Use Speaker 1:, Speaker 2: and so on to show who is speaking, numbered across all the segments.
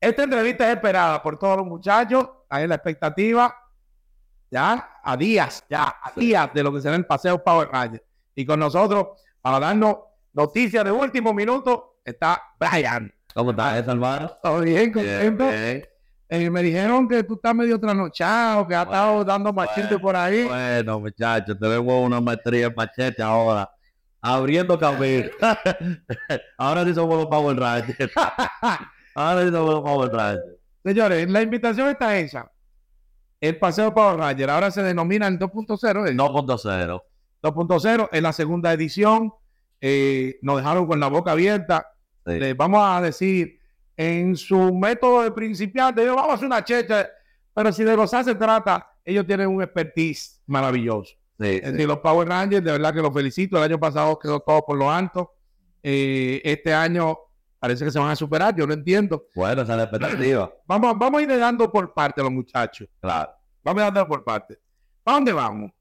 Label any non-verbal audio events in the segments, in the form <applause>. Speaker 1: Esta entrevista es esperada por todos los muchachos. Ahí la expectativa. Ya, a días, ya, a días de lo que será el paseo Power Rangers. Y con nosotros, para darnos noticias de último minuto, está Brian.
Speaker 2: ¿Cómo estás, Álvaro?
Speaker 1: Todo bien,
Speaker 2: Bien,
Speaker 1: contento.
Speaker 2: bien.
Speaker 1: Eh, me dijeron que tú estás medio trasnochado, que has
Speaker 2: Bueno,
Speaker 1: estado dando machete
Speaker 2: bueno,
Speaker 1: por ahí.
Speaker 2: Bueno, muchachos, tenemos una maestría en machete ahora. Abriendo camino. <laughs> ahora sí somos los Power Rangers. <laughs> ahora sí somos los Power Rangers.
Speaker 1: Señores, la invitación está hecha. El paseo Power Ranger ahora se denomina el 2.0. el
Speaker 2: 2.0.
Speaker 1: 2.0 en la segunda edición. eh, nos dejaron con la boca abierta.
Speaker 2: Sí.
Speaker 1: Les vamos a decir, en su método de principiante, ellos vamos a hacer una checha, pero si de gozar se trata, ellos tienen un expertise maravilloso.
Speaker 2: Sí,
Speaker 1: Es
Speaker 2: sí.
Speaker 1: decir, los Power Rangers, de verdad que los felicito. El año pasado quedó todo por lo alto. Eh, este año parece que se van a superar, yo no entiendo.
Speaker 2: Bueno, esa es la expectativa.
Speaker 1: Vamos, vamos a ir dando por parte a los muchachos.
Speaker 2: Claro.
Speaker 1: Vamos a ir dando por parte. ¿Para dónde vamos?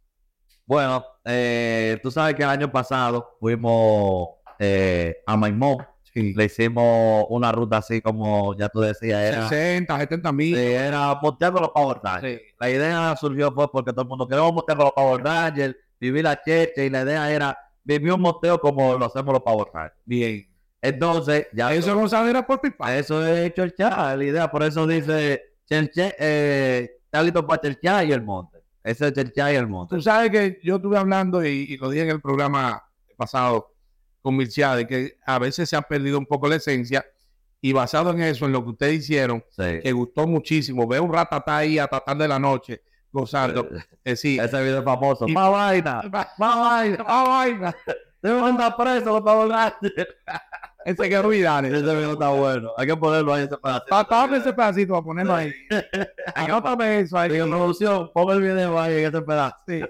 Speaker 2: Bueno, eh, tú sabes que el año pasado fuimos eh, a Maimón.
Speaker 1: Sí.
Speaker 2: Le hicimos una ruta así como ya tú decías. Era,
Speaker 1: 60, 70
Speaker 2: sí,
Speaker 1: mil.
Speaker 2: era monteando los Power Rangers.
Speaker 1: Sí.
Speaker 2: La idea surgió pues porque todo el mundo queremos montear con los Power Rangers, vivir la cheche y la idea era vivir un monteo como lo hacemos los Power Rangers.
Speaker 1: Bien.
Speaker 2: Entonces, ya
Speaker 1: Eso
Speaker 2: eso,
Speaker 1: González era por pipa.
Speaker 2: eso es Chelcha, la idea, por eso dice Chelcha, eh, está listo para Chelcha y el monte. Ese es Chelcha y el monte.
Speaker 1: Tú sabes que yo estuve hablando y, y lo dije en el programa pasado con Mircea, de que a veces se ha perdido un poco la esencia y basado en eso, en lo que ustedes hicieron,
Speaker 2: Sí.
Speaker 1: que gustó muchísimo, ver un ratatá ahí a tratar de la noche gozando.
Speaker 2: Eh,
Speaker 1: Es decir,
Speaker 2: Ese video famoso.
Speaker 1: Y-
Speaker 2: Más vaina.
Speaker 1: va-
Speaker 2: Más vaina. Más vaina. Deben andar preso los Power Rangers.
Speaker 1: ese que Vidal.
Speaker 2: Ese video está bueno. Hay que ponerlo ahí. Ese pedacito.
Speaker 1: Tapame ese pedacito para ponerlo ahí. Anótame eso ahí.
Speaker 2: Digo, producción, pon el video ahí en ese pedazo.
Speaker 1: Sí.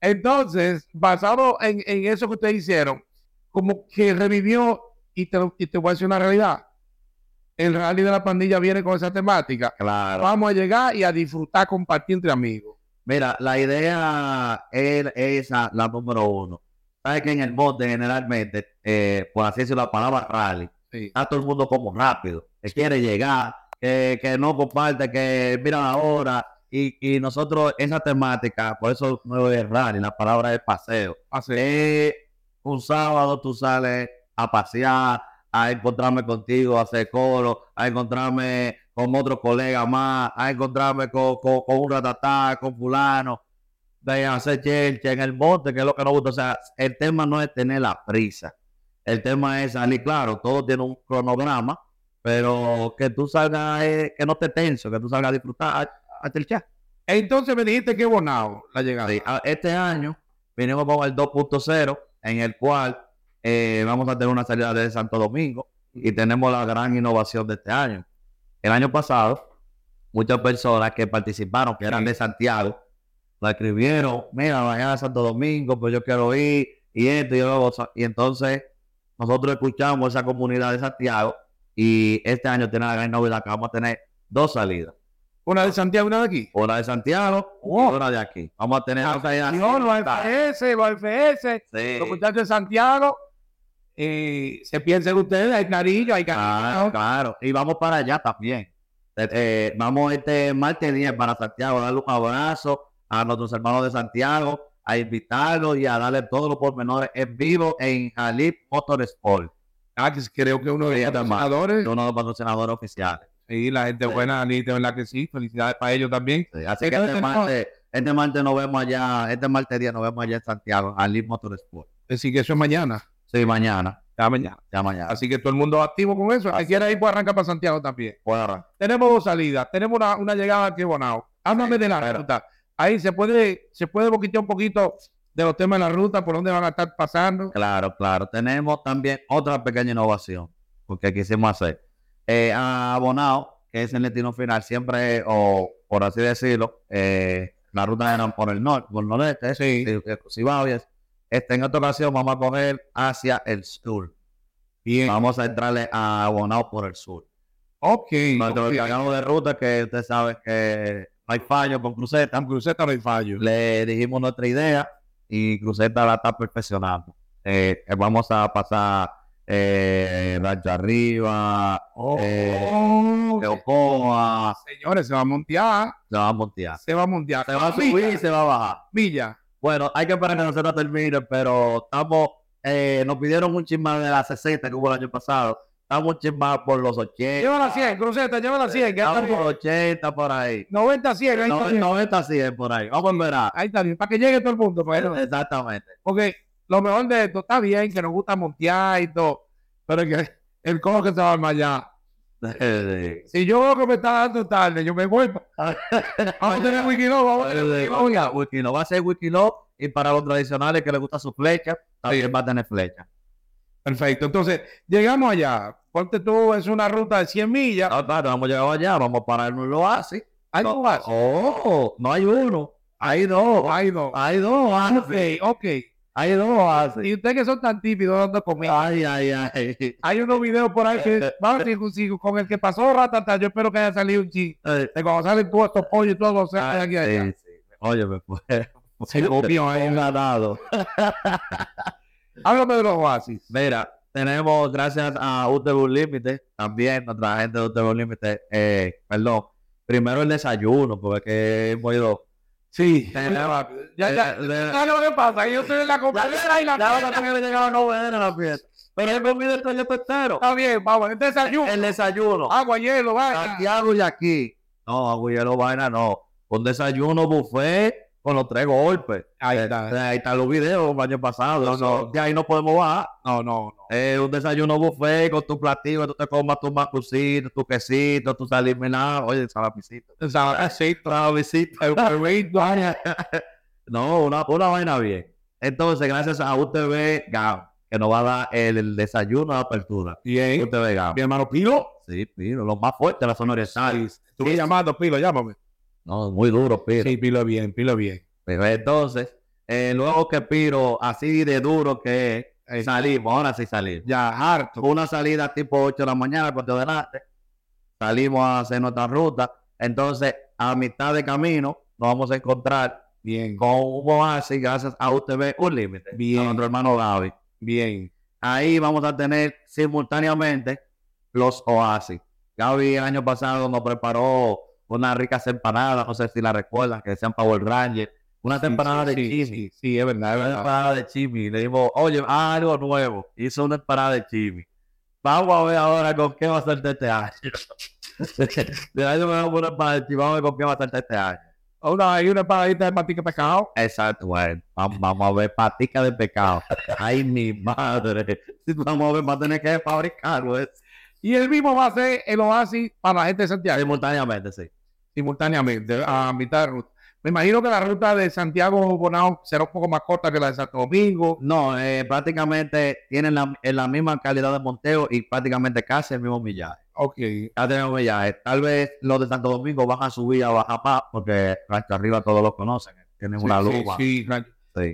Speaker 1: Entonces, basado en, en eso que ustedes hicieron, como que revivió, y te, y te voy a decir una realidad, el rally de la pandilla viene con esa temática.
Speaker 2: Claro.
Speaker 1: Vamos a llegar y a disfrutar, compartir entre amigos.
Speaker 2: Mira, la idea es esa, la número uno. Sabes que en el monte generalmente, eh, por así decirlo, la palabra rally,
Speaker 1: Sí.
Speaker 2: está todo el mundo como rápido, que quiere llegar, que, que no comparte, que mira la hora. Y, y nosotros, esa temática, por eso no es rally, la palabra es paseo.
Speaker 1: Hace-
Speaker 2: Eh, un sábado tú sales a pasear, a encontrarme contigo, a hacer coro, a encontrarme con otro colega más, a encontrarme con, con- con un ratatá, con fulano, de hacer chelcha en el monte, que es lo que nos gusta. O sea, el tema no es tener la prisa. El tema es salir, claro, todo tiene un cronograma, pero que tú salgas, eh, que no te tenso, que tú salgas a disfrutar, a, a chelchar.
Speaker 1: Entonces me dijiste que bonado la llegada.
Speaker 2: Sí, a- Este año vinimos con el 2.0, en el cual eh, vamos a tener una salida de Santo Domingo y tenemos la gran innovación de este año. El año pasado, muchas personas que participaron, que eran de Santiago, lo escribieron, mira, mañana es Santo Domingo, pues yo quiero ir, y esto, y luego, y entonces nosotros escuchamos esa comunidad de Santiago y este año tiene la gran novedad que vamos a tener dos salidas,
Speaker 1: Una de Santiago y una de aquí.
Speaker 2: una de Santiago y
Speaker 1: Wow.
Speaker 2: una de aquí. Vamos a tener dos salidas
Speaker 1: Dios, los
Speaker 2: simultáneas.
Speaker 1: AFS, los AFS,
Speaker 2: ah, Sí.
Speaker 1: los muchachos de Santiago, eh, se piensan ustedes, hay Narillo, hay
Speaker 2: Ah,
Speaker 1: Cariño.
Speaker 2: claro. Y vamos para allá también. Eh, eh, vamos este martes 10 para Santiago, a darle un abrazo a nuestros hermanos de Santiago, a invitarlos y a darle todos los pormenores en vivo en Jalip Motor Sport,
Speaker 1: Ah, que creo que uno de
Speaker 2: Sí,
Speaker 1: los
Speaker 2: además.
Speaker 1: ganadores.
Speaker 2: uno de los patrocinadores oficiales.
Speaker 1: Sí, la gente
Speaker 2: Sí.
Speaker 1: buena, Anita, ¿verdad que sí? Felicidades para ellos también.
Speaker 2: Sí, Así que
Speaker 1: Entonces,
Speaker 2: este
Speaker 1: no.
Speaker 2: martes, este martes nos vemos allá, este martes 10 nos vemos allá en Santiago, Jalip Motor Sport.
Speaker 1: Así que eso es mañana.
Speaker 2: Sí, mañana,
Speaker 1: Ya mañana.
Speaker 2: ya mañana.
Speaker 1: Así que todo el mundo activo con eso. Si quieres ir, pues arranca para Santiago también.
Speaker 2: Bueno,
Speaker 1: Tenemos dos salidas. Tenemos una, una llegada aquí a Bonao. Háblame de la
Speaker 2: claro.
Speaker 1: ruta. Ahí se puede, se puede boquitear un poquito de los temas de la ruta, por dónde van a estar pasando.
Speaker 2: Claro, claro. Tenemos también otra pequeña innovación, porque quisimos hacer. Eh, a Bonao, que es el destino final, siempre, es, o por así decirlo, eh, la ruta era por el norte, por el noreste,
Speaker 1: Sí.
Speaker 2: si, si va bien. Este, en esta ocasión vamos a coger hacia el sur.
Speaker 1: Bien.
Speaker 2: Vamos a entrarle a Bonao por el sur.
Speaker 1: Ok.
Speaker 2: Nuestro
Speaker 1: ok.
Speaker 2: encargado de ruta, que usted sabe que no hay fallo con cruceta,
Speaker 1: Tan cruceta no hay fallo.
Speaker 2: le dijimos nuestra idea y Cruzeta la está perfeccionando. Eh, eh, vamos a pasar eh, Rancho Arriba,
Speaker 1: Oh,
Speaker 2: Eh,
Speaker 1: oh,
Speaker 2: Teocoa,
Speaker 1: señores, se va a montear.
Speaker 2: se va a montear.
Speaker 1: Se va a montear.
Speaker 2: Ah. Se va a subir y se va a bajar.
Speaker 1: Milla.
Speaker 2: Bueno, hay que esperar que nosotros terminen, pero estamos, eh, nos pidieron un chismar de las 60 que hubo el año pasado. Estamos un chismar por los 80.
Speaker 1: Llévala a 100, Cruceta, llévala a 100. que ya está
Speaker 2: Estamos
Speaker 1: bien.
Speaker 2: por los 80 por ahí.
Speaker 1: 90 a 100, ahí está
Speaker 2: eh, No,
Speaker 1: bien.
Speaker 2: 90 sí es por ahí. Vamos a esperar.
Speaker 1: Ahí está bien, para que llegue todo el mundo. pues.
Speaker 2: Eh,
Speaker 1: para que no-
Speaker 2: Exactamente.
Speaker 1: Porque lo mejor de esto está bien, que nos gusta montear y todo, pero es que el cojo que se va a armar ya.
Speaker 2: Sí.
Speaker 1: Si yo veo que me está dando tarde, yo me vuelvo. <laughs> Vamos a tener Wikiloc, vamos a tener
Speaker 2: Sí,
Speaker 1: Wikiloc ya.
Speaker 2: Wikilove. Va a ser Wikilove y para los tradicionales que les gusta su flecha, también va a tener flecha.
Speaker 1: Perfecto, entonces llegamos allá. Ponte tú, es una ruta de 100 millas.
Speaker 2: No, claro, vamos a llegar allá, vamos a parar en un oasis.
Speaker 1: Ahí
Speaker 2: no.
Speaker 1: tú vas.
Speaker 2: Oh, no hay uno. Hay dos.
Speaker 1: Ahí no.
Speaker 2: Hay dos
Speaker 1: Ok,
Speaker 2: oasis.
Speaker 1: ok.
Speaker 2: Hay dos oasis.
Speaker 1: Y ustedes que son tan tímidos dando comida.
Speaker 2: Ay, ay, ay.
Speaker 1: Hay unos videos por ahí que van a decir, con el que pasó Ratata, yo espero que haya salido un chiste.
Speaker 2: Eh,
Speaker 1: De cuando salen todos estos pollos y todos los
Speaker 2: Ah,
Speaker 1: cerdos de aquí a allá.
Speaker 2: sí, sí. Oye, me fue.
Speaker 1: Se copió ahí.
Speaker 2: Un ganado.
Speaker 1: Háblame de los oasis.
Speaker 2: Mira, tenemos gracias a UTV Límite, también nuestra gente de UTV Límite, eh, perdón, primero el desayuno, porque es que hemos ido.
Speaker 1: Sí.
Speaker 2: Ya,
Speaker 1: Ya, ya.
Speaker 2: Eh, de-
Speaker 1: ¿Sabes lo que pasa? Yo estoy en la compadera y la
Speaker 2: Ya van a
Speaker 1: fiesta.
Speaker 2: tener que llegar a novedades a la fiesta. Pero he comido el trayecto entero.
Speaker 1: Está bien, vamos. Este desayuno. Ah.
Speaker 2: El Ah. desayuno.
Speaker 1: Agua, hielo, va.
Speaker 2: Santiago y aquí. No, agüero vaina no. Un desayuno buffet con los tres golpes.
Speaker 1: Ahí
Speaker 2: Eh,
Speaker 1: está.
Speaker 2: eh, ahí están los videos del año pasado.
Speaker 1: No,
Speaker 2: no,
Speaker 1: no.
Speaker 2: De ahí no podemos bajar.
Speaker 1: No, no, no.
Speaker 2: Eh, un desayuno buffet con tu platillo, tú te comas tu macucito, tu quesito, tu salimenado, oye, salapicito.
Speaker 1: O sea, sí,
Speaker 2: Salapicito.
Speaker 1: el perrito.
Speaker 2: No, una, una vaina bien. Entonces, gracias a UTV GAM, que nos va a dar el, el desayuno de apertura.
Speaker 1: Bien.
Speaker 2: UTV GAM.
Speaker 1: Mi hermano Pilo.
Speaker 2: Sí, Piro, lo más fuerte de la zona oriental.
Speaker 1: Estuve llamando, Pilo, llámame.
Speaker 2: No, muy duro, Piro.
Speaker 1: Sí, Pilo bien, Pilo bien.
Speaker 2: Pero entonces, eh, luego que Piro, así de duro que es,
Speaker 1: Eh.
Speaker 2: salimos, ahora sí salimos.
Speaker 1: Ya, harto.
Speaker 2: una salida tipo 8 de la mañana, cuando delante, salimos a hacer nuestra ruta. Entonces, a mitad de camino, nos vamos a encontrar
Speaker 1: Bien,
Speaker 2: con un oasis gracias a UTV Un Límite, a
Speaker 1: Bien.
Speaker 2: nuestro hermano Gaby.
Speaker 1: bien.
Speaker 2: Ahí vamos a tener simultáneamente los oasis. Gaby el año pasado nos preparó unas ricas empanadas, no sé si la recuerdan, que decían Power Ranger. Una temporada
Speaker 1: Sí,
Speaker 2: de
Speaker 1: sí,
Speaker 2: chisme.
Speaker 1: Sí, sí, es verdad, es
Speaker 2: Una
Speaker 1: verdad.
Speaker 2: parada de Chimi. Le dimos, oye, haz algo nuevo. Hizo una parada de Chimi. Vamos a ver ahora con qué va a saltar este año. de año <laughs> me damos una parada de Chimi. Vamos a ver con qué va a saltar este año.
Speaker 1: Una, hay una paradita de patica de pescado.
Speaker 2: Exacto, bueno. Vamos, vamos a ver patica de pecado. Ay, mi madre. Vamos a ver, va a tener que fabricarlo eh,
Speaker 1: Y el mismo va a ser el oasis para la gente de Santiago.
Speaker 2: simultáneamente, sí.
Speaker 1: simultáneamente a mitad de ruta. Me imagino que la ruta de Santiago Bonao será un poco más corta que la de Santo Domingo.
Speaker 2: No, eh, prácticamente tienen la, en la misma calidad de monteo y prácticamente casi el mismo millaje.
Speaker 1: Ok,
Speaker 2: Ya tenemos millaje. Tal vez los de Santo Domingo van a subir a bajar más porque hasta arriba todos los conocen. eh, Tienen
Speaker 1: Sí,
Speaker 2: una
Speaker 1: sí,
Speaker 2: lupa. Sí,
Speaker 1: sí, claro.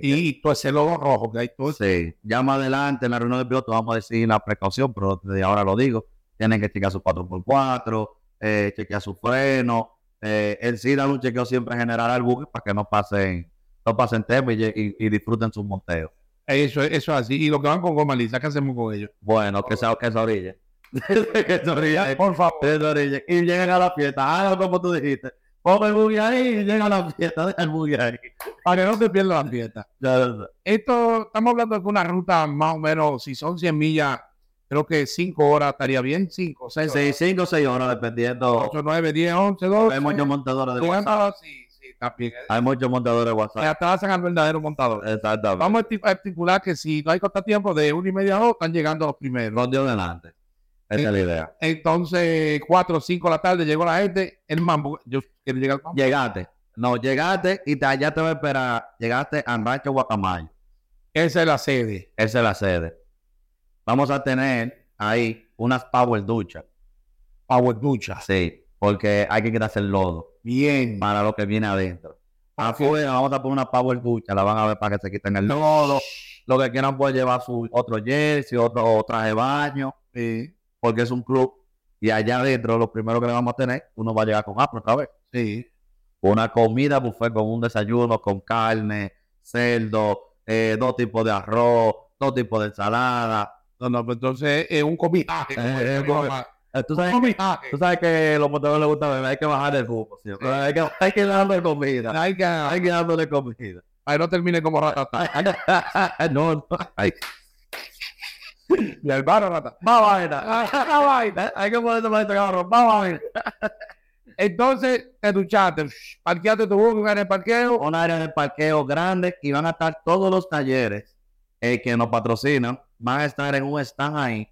Speaker 1: Y todo ese logo rojo que hay todo.
Speaker 2: Sí. Ya más adelante en la reunión de pilotos vamos a decir la precaución, pero desde ahora lo digo. Tienen que chequear su 4x4, eh, chequear su freno. Eh, el sí da un chequeo siempre general al buque para que no pasen, no pasen temas y, lle- y- y disfruten sus monteos.
Speaker 1: Eso, eso es así. Y los que van con goma lisa, ¿qué hacemos con ellos?
Speaker 2: Bueno, que se, que se orille. <laughs> que se orille.
Speaker 1: Eh, Por favor.
Speaker 2: Eso, Orilla. Y llegan a la fiesta, háganlo como tú dijiste. Pongo el buggy ahí y llegan a la fiesta, deja el buggy ahí.
Speaker 1: Para que no te pierdas la fiesta.
Speaker 2: Ya lo sé.
Speaker 1: Esto, estamos hablando de que una ruta más o menos, si son 100 millas, creo que 5 horas estaría bien. 5, 6, 6,
Speaker 2: Seis, cinco o seis horas, dependiendo.
Speaker 1: 8, 9, 10, 11, 12.
Speaker 2: Hay muchos montadores de WhatsApp.
Speaker 1: Bueno, sí, sí, también.
Speaker 2: Hay muchos montadores de
Speaker 1: Se
Speaker 2: WhatsApp.
Speaker 1: atrasan al verdadero montador.
Speaker 2: Exactamente.
Speaker 1: Eh, Vamos a esti- a estipular que si no hay contratiempo de una y media a dos, están llegando los primeros.
Speaker 2: Rondio delante. Esa
Speaker 1: Eh,
Speaker 2: es la idea.
Speaker 1: Entonces, cuatro o cinco de la tarde llegó la gente, el mambo. Yo quiero llegar al mambo.
Speaker 2: Llegaste. No, llegaste y te, allá te va a esperar. Llegaste a Rancho Guacamayo.
Speaker 1: Esa es la sede.
Speaker 2: Esa es la sede. Vamos a tener ahí unas power duchas.
Speaker 1: Power Ducha.
Speaker 2: Sí, porque hay que quitarse el lodo.
Speaker 1: Bien.
Speaker 2: para lo que viene adentro. Afuera vamos a poner una power ducha, la van a ver para que se quiten el lodo. Lo que quieran pueden llevar su otro jersey, otro traje de baño,
Speaker 1: Sí,
Speaker 2: porque es un club. Y allá adentro, lo primero que le vamos a tener, uno va a llegar con hambre otra vez.
Speaker 1: sí.
Speaker 2: Una comida buffet con un desayuno, con carne, cerdo, eh, dos tipos de arroz, dos tipos de ensalada,
Speaker 1: No, no, pues entonces es un comijaje. Ah, como ah, dice
Speaker 2: Eh, eh,
Speaker 1: mi
Speaker 2: come-
Speaker 1: mamá.
Speaker 2: Eh, Tú
Speaker 1: Un
Speaker 2: sabes,
Speaker 1: comijaje.
Speaker 2: tú sabes que los motores les gusta beber, hay que bajar el rumbo. ¿sí? Pero Hay, que, hay que darle comida.
Speaker 1: Ay, que- ay,
Speaker 2: Hay que darle comida.
Speaker 1: ay, no termine como
Speaker 2: Ah,
Speaker 1: rata.
Speaker 2: no, no. Ay,
Speaker 1: Mi hermano rata.
Speaker 2: más vaina. Más ah, vaina. Hay que ponerse más este carro. Más vaina.
Speaker 1: Entonces te duchaste, shh, parqueaste tu bus en el parqueo.
Speaker 2: un área de parqueo grande y van a estar todos los talleres eh, que nos patrocinan, van a estar en un stand ahí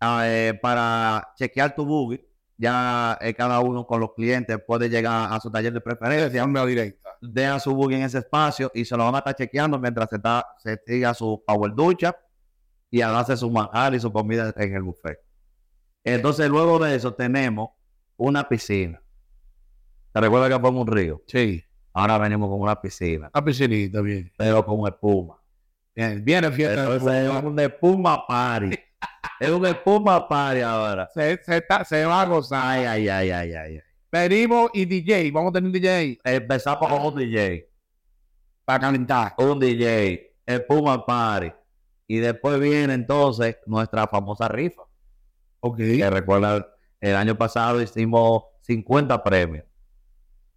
Speaker 2: ah, eh, para chequear tu buggy. Ya eh, cada uno con los clientes puede llegar a su taller de preferencia,
Speaker 1: Llama directa.
Speaker 2: deja su buggy en ese espacio y se lo van a estar chequeando mientras se, está, se tira su power ducha y hace su manjar y su comida en el buffet. Entonces, luego de eso, tenemos una piscina. ¿Te recuerdas que pongo un río?
Speaker 1: Sí.
Speaker 2: Ahora venimos con una piscina
Speaker 1: La piscinita, bien.
Speaker 2: pero con espuma.
Speaker 1: Bien, viene fiesta. de
Speaker 2: Entonces es
Speaker 1: fútbol.
Speaker 2: un espuma party. es un espuma party ahora.
Speaker 1: Se, se está- se va a gozar.
Speaker 2: Ay, ay, ay, ay, ay. ay.
Speaker 1: Venimos y DJ. Vamos a tener un DJ
Speaker 2: Eh, Empezamos con un DJ.
Speaker 1: para calentar.
Speaker 2: Un DJ. Espuma party. Y después viene entonces nuestra famosa rifa.
Speaker 1: Ok.
Speaker 2: Que recuerda, el año pasado hicimos 50 premios.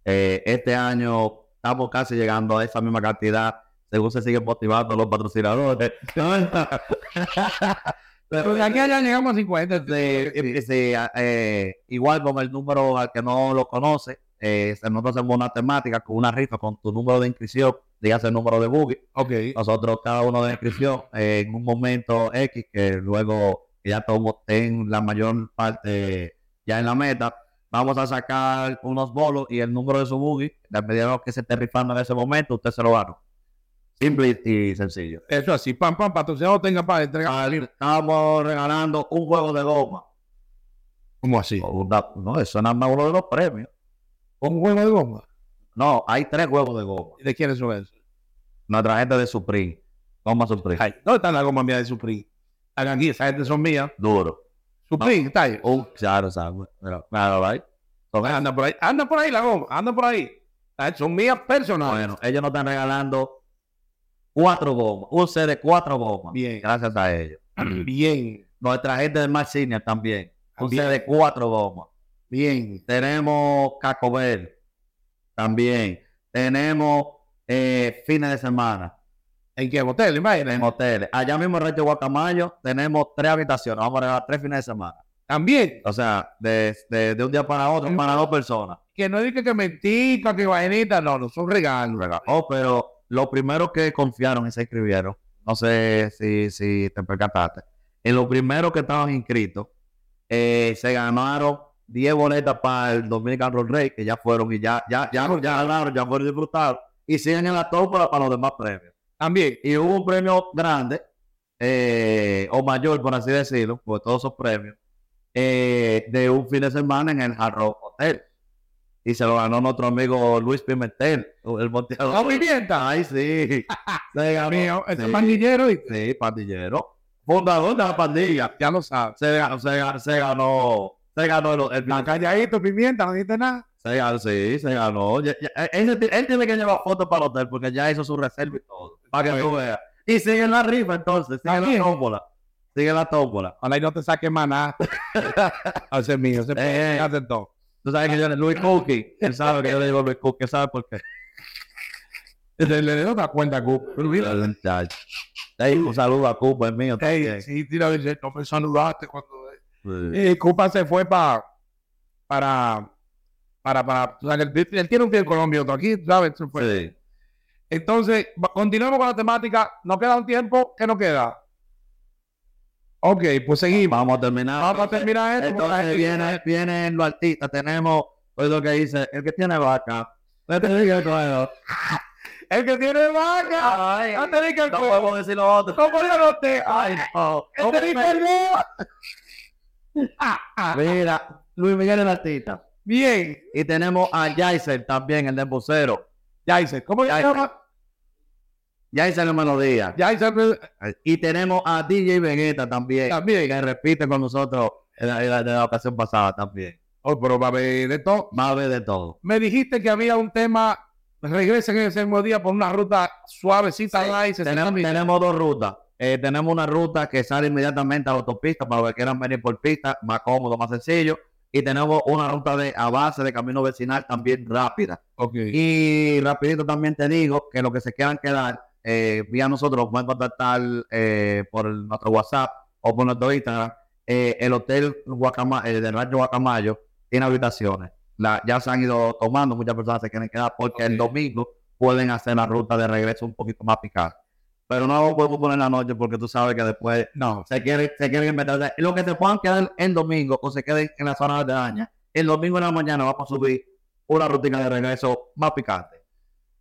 Speaker 2: Eh, este año estamos casi llegando a esa misma cantidad. Según se siguen motivando
Speaker 1: <laughs>
Speaker 2: los patrocinadores. <laughs>
Speaker 1: Pero de aquí a allá llegamos a este, 50.
Speaker 2: de- eh, sí, a- eh, igual con el número al que no lo conoce, eh, se- nosotros hacemos una temática con una rifa con tu número de inscripción, dígase el número de boogie.
Speaker 1: Ok.
Speaker 2: Nosotros cada uno de inscripción eh, en un momento X, que luego que ya todos estén la mayor parte ya en la meta, vamos a sacar unos bolos y el número de su boogie, la medida de lo que se esté rifando en ese momento, usted se lo gana. Simple y sencillo.
Speaker 1: Eso así. Pam, pam, patrocinado tenga para entregar.
Speaker 2: Ah, Estamos regalando un juego de goma.
Speaker 1: ¿Cómo así?
Speaker 2: O una- no, eso nada más uno de los premios.
Speaker 1: ¿Un juego de goma?
Speaker 2: No, hay tres juegos de goma.
Speaker 1: ¿Y ¿De quiénes son esos?
Speaker 2: Nuestra gente de Supreme. Goma Supreme.
Speaker 1: Ay, ¿Dónde está la goma mía de Supreme? Están aquí, esa gente son mías.
Speaker 2: Duro.
Speaker 1: Supreme, está ahí.
Speaker 2: Un, claro, sabe. Pero, claro, right. Son esas.
Speaker 1: Anda por ahí. Anda por ahí la goma. Anda por ahí. Ah, Son mías personales.
Speaker 2: Bueno, ellos nos están regalando cuatro gomas. Un set de cuatro gomas.
Speaker 1: Bien.
Speaker 2: Gracias a ellos.
Speaker 1: <clears throat> Bien.
Speaker 2: Nuestra gente de Max Senior también. Un
Speaker 1: Bien.
Speaker 2: set de cuatro gomas.
Speaker 1: Bien.
Speaker 2: Tenemos Cacobel. También. Tenemos eh, fines de semana.
Speaker 1: ¿En qué hotel?
Speaker 2: en
Speaker 1: Imagínate.
Speaker 2: hoteles. Allá mismo en Rancho Guacamayo tenemos tres habitaciones. Vamos a regalar tres fines de semana.
Speaker 1: También.
Speaker 2: O sea, de, de- de un día para otro, para dos personas.
Speaker 1: Que no diga que mentita, que vainita. No, no son regalos.
Speaker 2: Oh, pero los primeros que confiaron y se inscribieron, no sé si, si te percataste, en los primeros que estaban inscritos, eh, se ganaron 10 boletas para el Dominican Roll Rey, que ya fueron y ya, ya, ya, ya ganaron, ya fueron disfrutados. Y siguen en la tómbola para los demás premios.
Speaker 1: También.
Speaker 2: y hubo un premio grande eh, o mayor, por así decirlo, por todos esos premios, eh, de un fin de semana en el Jarro Hotel. Y se lo ganó nuestro amigo Luis Pimentel, el
Speaker 1: La
Speaker 2: boteador.
Speaker 1: vivienda.
Speaker 2: Ay, sí. Se ganó.
Speaker 1: Mío, ese
Speaker 2: sí,
Speaker 1: pandillero, ¿viste?
Speaker 2: sí, pandillero. Fundador de la pandilla.
Speaker 1: ya lo sabes.
Speaker 2: Se ganó, se ganó, se ganó, se ganó el, el-
Speaker 1: La calladito, pimienta, no dijiste nada.
Speaker 2: se ganó, sí, se ganó. Ya- ya- ese ti- él tiene que llevar fotos para el hotel porque ya hizo su reserva y todo. Para que tú veas. Y sigue en la rifa entonces, sigue en
Speaker 1: También.
Speaker 2: la tómbola. Sigue en la tómbola.
Speaker 1: Ojalá y no te saque más nada. Ah, Ese es mío, ese es
Speaker 2: Eh, eh,
Speaker 1: todo.
Speaker 2: tú sabes que yo le Luis Cookie. Él sabe que yo le digo Luis Cookie, él sabe por qué.
Speaker 1: Le le doy otra cuenta, Cup. Pero mira,
Speaker 2: Ey, un saludo a Cuba, es mío.
Speaker 1: Ey,
Speaker 2: también.
Speaker 1: sí, pues. tira, dice, no me saludaste cuando.
Speaker 2: Sí.
Speaker 1: Y Cupa Eh, se fue para. Para. Para. para o sea, él, él tiene un pie en Colombia, otro aquí, ¿sabes? Se fue.
Speaker 2: Sí.
Speaker 1: Entonces, va- continuamos con la temática. ¿Nos queda un tiempo? ¿Qué nos queda? Ok, pues seguimos.
Speaker 2: Vamos a terminar.
Speaker 1: Vamos a terminar esto. porque la gente-
Speaker 2: Entonces viene, vienen los artistas. Tenemos, oye lo que dice, el que tiene vaca. No te diga el cuero.
Speaker 1: El que tiene vaca.
Speaker 2: Ay,
Speaker 1: No te diga el
Speaker 2: No
Speaker 1: cuero.
Speaker 2: podemos decir lo otro.
Speaker 1: No, por Dios, no te-
Speaker 2: Ay, no.
Speaker 1: ¿Qué te dijo el Leo? Ah, ah.
Speaker 2: Mira, Luis Miguel el artista.
Speaker 1: Bien.
Speaker 2: Y tenemos a Jaiser también, el de vocero.
Speaker 1: Ya hice. ¿Cómo se
Speaker 2: Ya hice.
Speaker 1: llama?
Speaker 2: Jaiser en melodía.
Speaker 1: Ya hice.
Speaker 2: Y tenemos a DJ Vegeta también,
Speaker 1: También.
Speaker 2: que repite con nosotros en la, en la- de la ocasión pasada también.
Speaker 1: Oh, pero va a haber de todo.
Speaker 2: Más ver de todo.
Speaker 1: Me dijiste que había un tema. Regresen en ese mismo día por una ruta suavecita.
Speaker 2: Sí.
Speaker 1: light, 60
Speaker 2: Tenemos,
Speaker 1: minutos.
Speaker 2: tenemos dos rutas. Eh, tenemos una ruta que sale inmediatamente a la autopista para los que quieran venir por pista, más cómodo, más sencillo. Y tenemos una ruta de, a base de camino vecinal también rápida.
Speaker 1: Ok.
Speaker 2: Y rapidito también te digo que los que se quieran quedar, eh, vía nosotros, pueden contactar eh, por nuestro WhatsApp o por nuestro Instagram. Eh, el hotel Guacama, el del Rancho Guacamayo tiene habitaciones. La, ya se han ido tomando, muchas personas se quieren quedar porque el
Speaker 1: Ok.
Speaker 2: domingo pueden hacer la ruta de regreso un poquito más picada. Pero no lo podemos poner en la noche porque tú sabes que después
Speaker 1: No.
Speaker 2: se quieren, se quieren inventar. Los que se puedan quedar el domingo o se queden en la zona de daña, el domingo en la mañana vamos a subir una rutina de regreso más picante.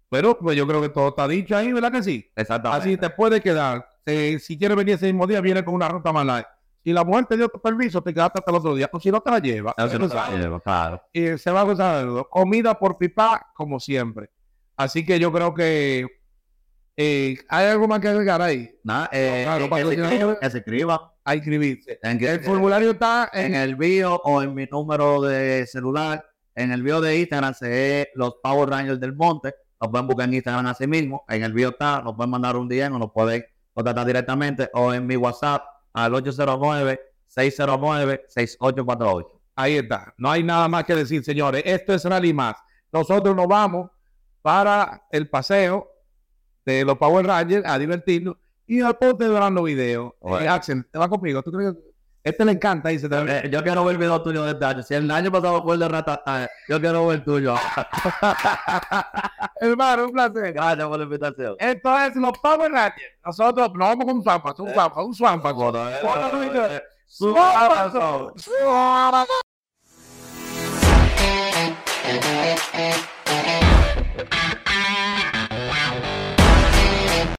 Speaker 1: Pero pues yo creo que todo está dicho ahí, ¿verdad que sí?
Speaker 2: Exactamente.
Speaker 1: Así te puede quedar. Eh, si quieres venir ese mismo día, viene con una ruta más larga. Si la mujer te dio tu permiso, te quedaste hasta el otro día. O si no, te la lleva.
Speaker 2: No se
Speaker 1: Tú
Speaker 2: nos
Speaker 1: sabes.
Speaker 2: lleva, claro.
Speaker 1: y se va a gozar de todo. Comida por pipa, como siempre. Así que yo creo que eh, hay algo más que agregar ahí.
Speaker 2: Nada, eh,
Speaker 1: claro,
Speaker 2: eh,
Speaker 1: para
Speaker 2: que, se
Speaker 1: que-
Speaker 2: escriba- que se escriba
Speaker 1: A inscribirse.
Speaker 2: en, que-
Speaker 1: El formulario está
Speaker 2: en
Speaker 1: en
Speaker 2: el bio o en mi número de celular. En el bio de Instagram se ve los Power Rangers del Monte. Nos pueden buscar en Instagram así mismo. En el bio está, nos pueden mandar un DM o nos pueden contactar directamente o en mi WhatsApp al 809-609-6848.
Speaker 1: Ahí está. No hay nada más que decir, señores. Esto es Rally Más. Nosotros nos vamos para el paseo de los Power Rangers a divertirnos y al poste dando video.
Speaker 2: Bueno.
Speaker 1: Eh, Axel, te vas conmigo. ¿Tú crees que- Este le encanta y se te
Speaker 2: Eh, yo quiero ver el video tuyo de este año. Si el año pasado fue el de Rata, eh, yo quiero ver el tuyo. <laughs>
Speaker 1: Hermano, un placer.
Speaker 2: Gracias por la invitación.
Speaker 1: Esto es los Power Rangers. Nosotros nos vamos con un Swampa, un Swampa, un Swampa. Otro video.
Speaker 2: Eh, Su
Speaker 1: Swampa. Swampa.